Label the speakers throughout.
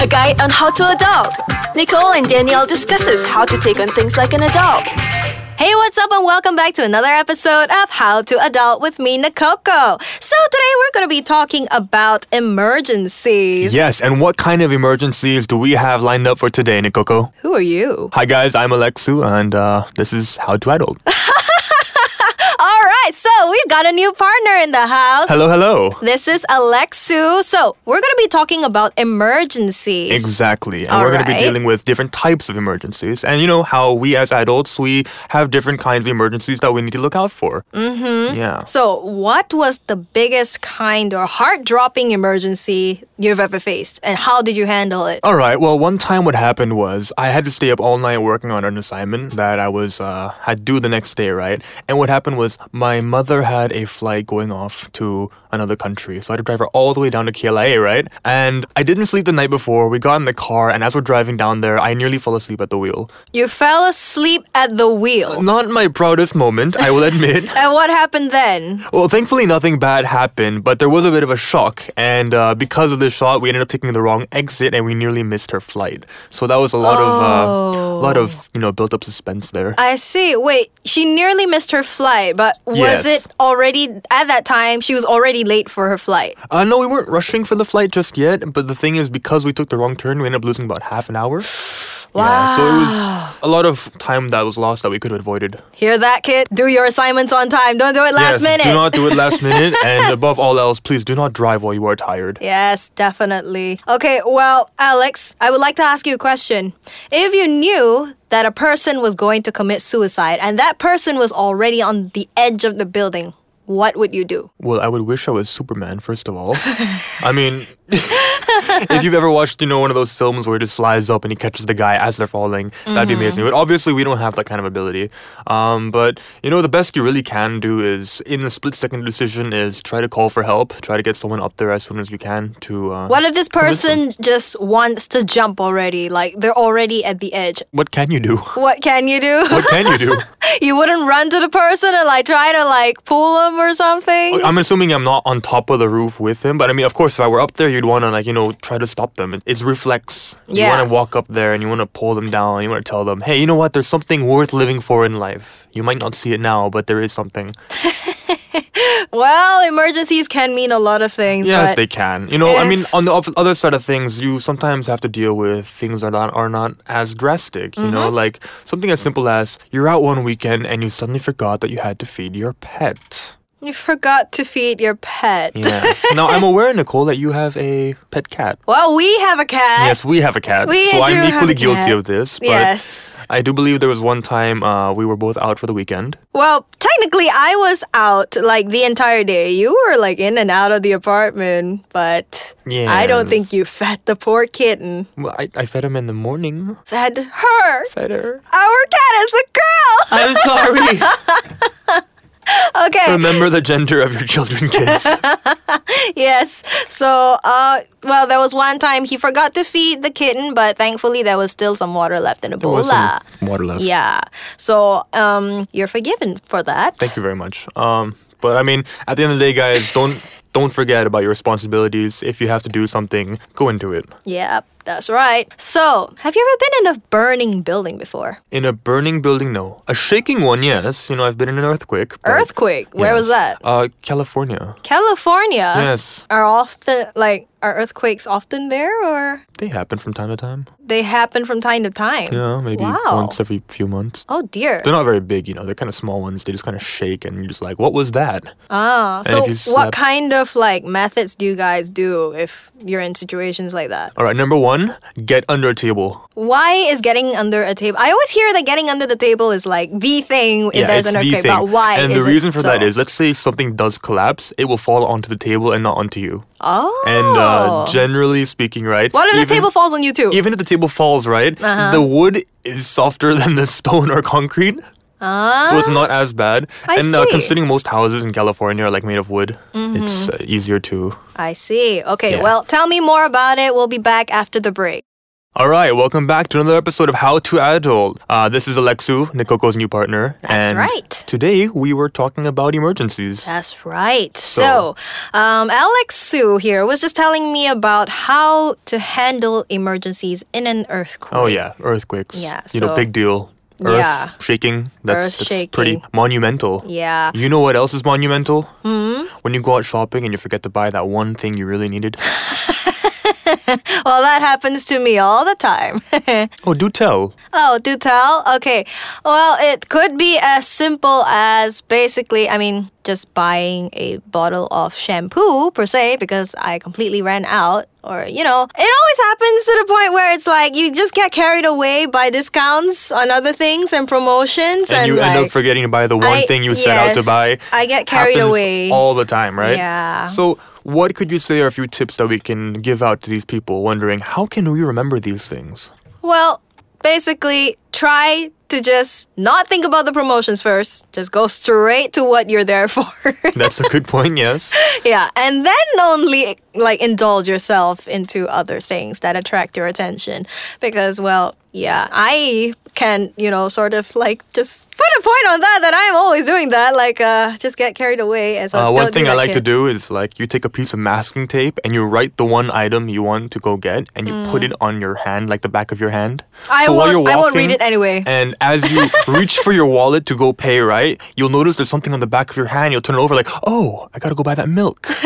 Speaker 1: a guide on how to adult. Nicole and Danielle discusses how to take on things like an adult.
Speaker 2: Hey, what's up, and welcome back to another episode of How to Adult with me, Nakoko. So, today we're going to be talking about emergencies.
Speaker 3: Yes, and what kind of emergencies do we have lined up for today, Nikoko?
Speaker 2: Who are you?
Speaker 3: Hi guys, I'm Alexu, and uh, this is How to Adult.
Speaker 2: All right, so we've got a new partner in the house.
Speaker 3: hello, hello.
Speaker 2: This is Alexu. So, we're going to be talking about emergencies.
Speaker 3: Exactly, and
Speaker 2: All
Speaker 3: we're going to be
Speaker 2: right.
Speaker 3: dealing with different types of emergencies, and you know how we as adults we have different kinds of emergencies that we need to look out for. Mm-hmm. Yeah.
Speaker 2: so, what was the biggest kind or heart dropping emergency you've ever faced, and how did you handle it?
Speaker 3: All right. Well, one time what happened was I had to stay up all night working on an assignment that I was uh, had due the next day, right? And what happened was my mother had a flight going off to another country, so I had to drive her all the way down to KLIA, right? And I didn't sleep the night before. We got in the car, and as we're driving down there, I nearly fell asleep at the wheel.
Speaker 2: You fell asleep at the wheel.
Speaker 3: Not my proudest moment, I will admit.
Speaker 2: And what happened then?
Speaker 3: Well, thankfully, nothing bad happened, but there was a bit of a shock. And uh, because of this shock, we ended up taking the wrong exit and we nearly missed her flight. So that was a lot of, uh, lot
Speaker 2: Oh.
Speaker 3: of, you know, built up suspense there.
Speaker 2: I see. Wait, she nearly missed her flight, but was
Speaker 3: Yes.
Speaker 2: it already at that time? She was already late for her flight.
Speaker 3: Uh, no, we weren't rushing for the flight just yet, but the thing is, because we took the wrong turn, we ended up losing about half an hour. Yeah, so it was a lot of time that was lost that we could have avoided.
Speaker 2: Hear that, kid? Do your assignments on time. Don't do it last
Speaker 3: yes,
Speaker 2: minute.
Speaker 3: do not do it last minute, and above all else, please do not drive while you are tired.
Speaker 2: Yes, definitely. Okay, well, Alex, I would like to ask you a question. If you knew that a person was going to commit suicide and that person was already on the edge of the building, what would you do?
Speaker 3: Well, I would wish I was Superman, first of all. I mean, if you've ever watched, you know, one of those films where he just slides up and he catches the guy as they're falling, that'd be amazing. But obviously, we don't have that kind of ability. Um, but, you know, the best you really can do is, in the split second decision, is try to call for help, try to get someone up there as soon as you can to. Uh,
Speaker 2: What if this
Speaker 3: convince them.
Speaker 2: person just wants to jump already? Like they're already at the edge.
Speaker 3: What can you do?
Speaker 2: What can you do?
Speaker 3: What can you do?
Speaker 2: you wouldn't run to the person and like try to like pull them or something.
Speaker 3: I'm assuming I'm not on top of the roof with him, but I mean, of course, if I were up there, you'd want to like you know try to stop them. It- It's reflex.
Speaker 2: Yeah.
Speaker 3: You want to walk up there and you want to pull them down. You want to tell them, hey, you know what? There's something worth living for in life. You might not see it now, but there is something.
Speaker 2: Well, emergencies can mean a lot of things.
Speaker 3: Yes,
Speaker 2: but
Speaker 3: they can. You know, I
Speaker 2: if-
Speaker 3: mean, on the op- other side of things, you sometimes have to deal with things that are, are not as drastic. You know,
Speaker 2: Mm-hmm.
Speaker 3: like something as simple as you're out one weekend and you suddenly forgot that you had to feed your pet.
Speaker 2: you forgot to feed your pet.
Speaker 3: Yes. now I'm aware, Nicole, that you have a pet cat.
Speaker 2: Well, we have a cat.
Speaker 3: Yes, we have a cat.
Speaker 2: We
Speaker 3: so
Speaker 2: do have
Speaker 3: I'm
Speaker 2: a
Speaker 3: equally guilty
Speaker 2: cat.
Speaker 3: of this. But
Speaker 2: Yes.
Speaker 3: I do believe there was one time uh, we were both out for the weekend.
Speaker 2: Well, technically, I was out like the entire day. You were like in and out of the apartment, but I don't
Speaker 3: Yes.
Speaker 2: think you fed the poor kitten.
Speaker 3: Well, I, I fed him in the morning.
Speaker 2: Fed her.
Speaker 3: Fed her.
Speaker 2: Our cat is a girl.
Speaker 3: I'm sorry.
Speaker 2: Okay.
Speaker 3: Remember the gender of your children, kids.
Speaker 2: Yes. So, uh, well, there was one time he forgot to feed the kitten, but thankfully there was still some water left in the bowl. ah.
Speaker 3: Was some water left.
Speaker 2: Yeah. So, um, you're forgiven for that.
Speaker 3: Thank you very much. Um, but I mean, at the end of the day, guys, don't don't forget about your responsibilities. If you have to do something, go into it.
Speaker 2: Yep, that's right. So, have you ever been in a burning building before?
Speaker 3: In a burning building, no. A shaking one, yes. You know, I've been in an earthquake. but-
Speaker 2: Earthquake. Where was
Speaker 3: Yes.
Speaker 2: that? Uh.
Speaker 3: Uh, California.
Speaker 2: California.
Speaker 3: yes,
Speaker 2: Are often like are earthquakes often there or
Speaker 3: they happen from time to time.
Speaker 2: they happen from time to time?
Speaker 3: Yeah, maybe
Speaker 2: Wow.
Speaker 3: once every few months.
Speaker 2: Oh dear.
Speaker 3: They're not very big, you know. They're kind of small ones. They just kind of shake, and you're just like, "What was that?"
Speaker 2: Ah,
Speaker 3: And if
Speaker 2: so
Speaker 3: you
Speaker 2: what
Speaker 3: slept-
Speaker 2: kind of like methods do you guys do if you're in situations like that?
Speaker 3: All right, number one, get under a table.
Speaker 2: Why is getting under a table? I always hear that getting under the table is like the thing if there's an earthquake, but why?
Speaker 3: And
Speaker 2: is
Speaker 3: the reason
Speaker 2: it
Speaker 3: for that
Speaker 2: so?
Speaker 3: is, let's say something does collapse, it will fall onto the table and not onto you.
Speaker 2: oh,
Speaker 3: And uh, generally speaking, right?
Speaker 2: what if the
Speaker 3: even-
Speaker 2: table Uh-huh. falls on you too?
Speaker 3: Even if the table falls, right? The wood is softer than the stone or concrete.
Speaker 2: Ah,
Speaker 3: So it's not as bad,
Speaker 2: I
Speaker 3: and Uh,
Speaker 2: see.
Speaker 3: considering most houses in California are like made of wood, it's
Speaker 2: Mm-hmm.
Speaker 3: uh, easier to
Speaker 2: I see. Okay,
Speaker 3: Yeah.
Speaker 2: well, tell me more about it. We'll be back after the break.
Speaker 3: All right, welcome back to another episode of How to Adult. Uh, this is Alexu, Nikoko's new partner.
Speaker 2: That's
Speaker 3: and
Speaker 2: right.
Speaker 3: Today we were talking about emergencies.
Speaker 2: That's right. So, um, Alex Sue here was just telling me about how to handle emergencies in an earthquake.
Speaker 3: Oh yeah, earthquakes.
Speaker 2: Yeah,
Speaker 3: you
Speaker 2: so-
Speaker 3: know, big deal. Earth
Speaker 2: Yeah.
Speaker 3: shaking. That's,
Speaker 2: Earth
Speaker 3: that's pretty
Speaker 2: shaking.
Speaker 3: monumental.
Speaker 2: Yeah. Hmm?
Speaker 3: You know what else is monumental? Mm-hmm. When you go out shopping and you forget to buy that one thing you really needed.
Speaker 2: Well, that happens to me all the time.
Speaker 3: oh, do tell.
Speaker 2: oh, do tell. Okay. Well, it could be as simple as basically, I mean, just buying a bottle of shampoo per se because I completely ran out. Or, you know, it always happens to the point where it's like you just get carried away by discounts on other things and promotions.
Speaker 3: And,
Speaker 2: And,
Speaker 3: you end up
Speaker 2: like,
Speaker 3: forgetting to buy the one
Speaker 2: I-
Speaker 3: thing you set out to
Speaker 2: yes,
Speaker 3: buy.
Speaker 2: I get carried
Speaker 3: Happens
Speaker 2: away.
Speaker 3: all the time, right?
Speaker 2: Yeah.
Speaker 3: So, what could you say are a few tips that we can give out to these people wondering how can we remember these things?
Speaker 2: Well, basically, try to just not think about the promotions first. Just go straight to what you're there for.
Speaker 3: That's a good point. Yes.
Speaker 2: yeah, and then only like indulge yourself into other things that attract your attention because well, yeah, I can, you know, sort of like just put a point on that that I'm always doing that like uh just get carried away as
Speaker 3: Uh, one thing I like to do is like you take a piece of masking tape and you write the one item you want to go get and you put it on your hand, like the back of your hand.
Speaker 2: Mm. I won't- I won't read it anyway.
Speaker 3: And as you reach for your wallet to go pay, right, you'll notice there's something on the back of your hand. You'll turn it over, like, oh, I gotta go buy that milk.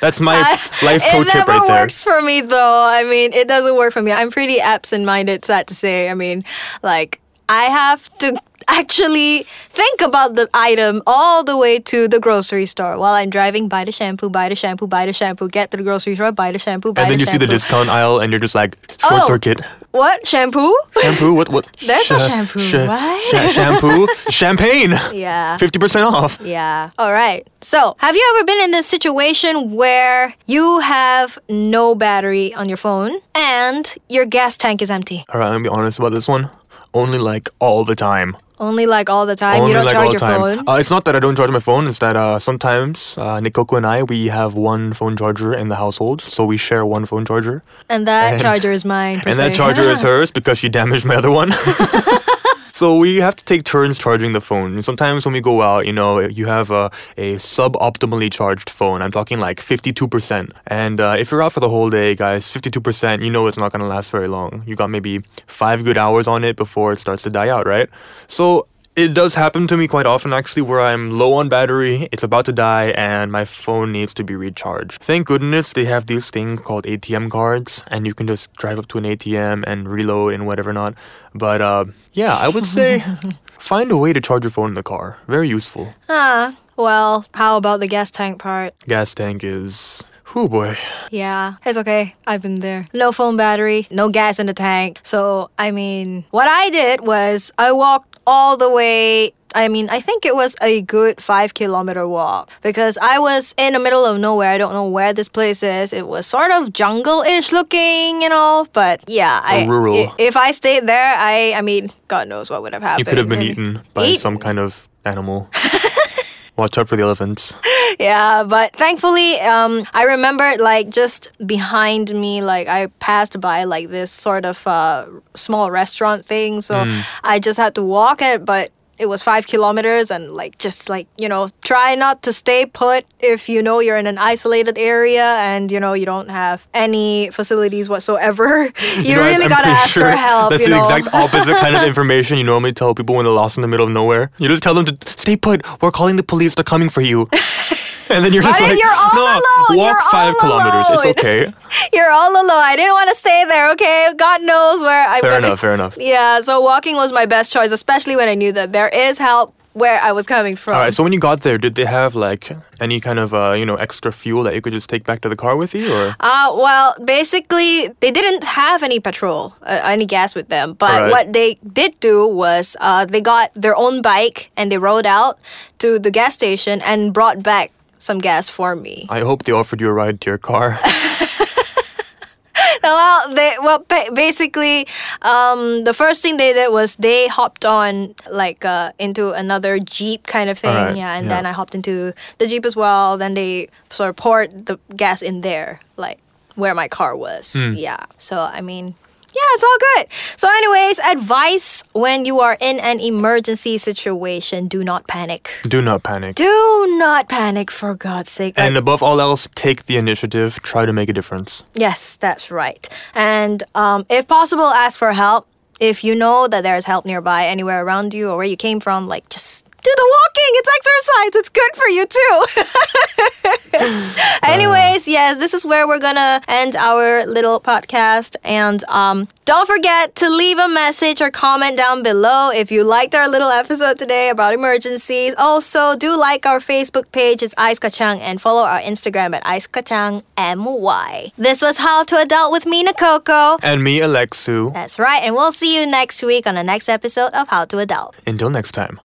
Speaker 3: That's my life pro
Speaker 2: it
Speaker 3: tip
Speaker 2: never
Speaker 3: right there.
Speaker 2: works for me though. I mean, it doesn't work for me. I'm pretty absent-minded, sad to say. I mean, like I have to actually think about the item all the way to the grocery store while I'm driving. Buy the shampoo, buy the shampoo, buy the shampoo. Get to the grocery store, buy the shampoo, buy
Speaker 3: And then
Speaker 2: the
Speaker 3: you see the
Speaker 2: shampoo.
Speaker 3: discount aisle and you're just like, short
Speaker 2: Oh.
Speaker 3: circuit.
Speaker 2: what shampoo?
Speaker 3: Shampoo? What? What?
Speaker 2: There's no shampoo, right?
Speaker 3: shampoo? Champagne!
Speaker 2: Yeah.
Speaker 3: 50% off.
Speaker 2: Yeah. All right. So, have you ever been in a situation where you have no battery on your phone and your gas tank is empty?
Speaker 3: All right, I'm gonna be honest about this one. Only like all the time.
Speaker 2: Only like all the time.
Speaker 3: Only
Speaker 2: you don't
Speaker 3: like
Speaker 2: charge
Speaker 3: all the
Speaker 2: your
Speaker 3: time.
Speaker 2: phone.
Speaker 3: Uh, it's not that I don't charge my phone. It's that uh, sometimes uh, Nikoko and I we have one phone charger in the household, so we share one phone charger,
Speaker 2: And that charger is mine. per
Speaker 3: and that
Speaker 2: se.
Speaker 3: charger is hers because she damaged my other one. So we have to take turns charging the phone. And sometimes when we go out, you know, you have a, a sub-optimally charged phone. I'm talking like 52%. And uh, if you're out for the whole day, guys, 52%, you know it's not going to last very long. You got maybe five good hours on it before it starts to die out, right? So it does happen to me quite often, actually, where I'm low on battery, it's about to die, and my phone needs to be recharged. Thank goodness they have these things called ATM cards, and you can just drive up to an ATM and reload and whatever not. But uh, yeah, I would say find a way to charge your phone in the car. Very useful.
Speaker 2: Huh. Well, how about the gas tank part?
Speaker 3: Gas tank is. Oh boy.
Speaker 2: Yeah, it's okay. I've been there. No phone battery, no gas in the tank. So, I mean, what I did was I walked all the way. I mean, I think it was a good five kilometer walk because I was in the middle of nowhere. I don't know where this place is. It was sort of jungle ish looking, you know, but yeah. I,
Speaker 3: Rural.
Speaker 2: i- If I stayed there, I, I mean, God knows what would have happened.
Speaker 3: You could have been eaten by
Speaker 2: Eaten?
Speaker 3: some kind of animal. Watch out for the elephants.
Speaker 2: Yeah, but thankfully, um, I remember like just behind me, like I passed by like this sort of uh, small restaurant thing, so
Speaker 3: Hmm.
Speaker 2: I just had to walk it, but. It was five kilometers, and like just like you know, try not to stay put if you know you're in an isolated area and you know you don't have any facilities whatsoever. you
Speaker 3: know, I-
Speaker 2: really
Speaker 3: I'm
Speaker 2: gotta
Speaker 3: pretty
Speaker 2: ask for
Speaker 3: sure
Speaker 2: help.
Speaker 3: That's
Speaker 2: you
Speaker 3: the
Speaker 2: know?
Speaker 3: exact opposite kind of information you normally tell people when they're lost in the middle of nowhere. You just tell them to stay put. We're calling the police. They're coming for you. And then you're just
Speaker 2: But if
Speaker 3: like,
Speaker 2: you're all
Speaker 3: no,
Speaker 2: alone,
Speaker 3: walk
Speaker 2: you're
Speaker 3: five
Speaker 2: all
Speaker 3: kilometers. It's
Speaker 2: alone."
Speaker 3: okay.
Speaker 2: You're all alone. I didn't want to stay there, okay? God knows where I'm
Speaker 3: Fair
Speaker 2: gonna
Speaker 3: enough. Fair enough.
Speaker 2: Yeah, so walking was my best choice, especially when I knew that there is help where I was coming from.
Speaker 3: All right. So when you got there, did they have like any kind of uh, you know extra fuel that you could just take back to the car with you, or
Speaker 2: uh, well, basically, they didn't have any petrol, uh, any gas with them. But
Speaker 3: Alright.
Speaker 2: what they did do was uh, they got their own bike and they rode out to the gas station and brought back some gas for me.
Speaker 3: I hope they offered you a ride to your car.
Speaker 2: well, they well ba- basically, um, the first thing they did was they hopped on like uh, into another jeep kind of thing,
Speaker 3: Alright,
Speaker 2: yeah, and
Speaker 3: yeah.
Speaker 2: then I hopped into the jeep as well. Then they sort of poured the gas in there, like where my car was.
Speaker 3: Hmm.
Speaker 2: Yeah. So, I mean, yeah, it's all good. So, anyways, advice when you are in an emergency situation, do not panic.
Speaker 3: Do not panic.
Speaker 2: Do not panic for God's sake. Like,
Speaker 3: and above all else, take the initiative. Try to make a difference.
Speaker 2: Yes, that's right. And um, if possible, ask for help. If you know that there is help nearby, anywhere around you or where you came from, like just do the walking. It's exercise. It's good for you too. Anyways, yes, this is where we're gonna end our little podcast. And um, don't forget to leave a message or comment down below if you liked our little episode today about emergencies. Also, do like our Facebook page, it's Ice Kachang, and follow our Instagram at Ice Kachang MY. This was How to Adult with Mina Coco.
Speaker 3: And me, Alexu.
Speaker 2: That's right, and we'll see you next week on the next episode of How to Adult.
Speaker 3: Until next time.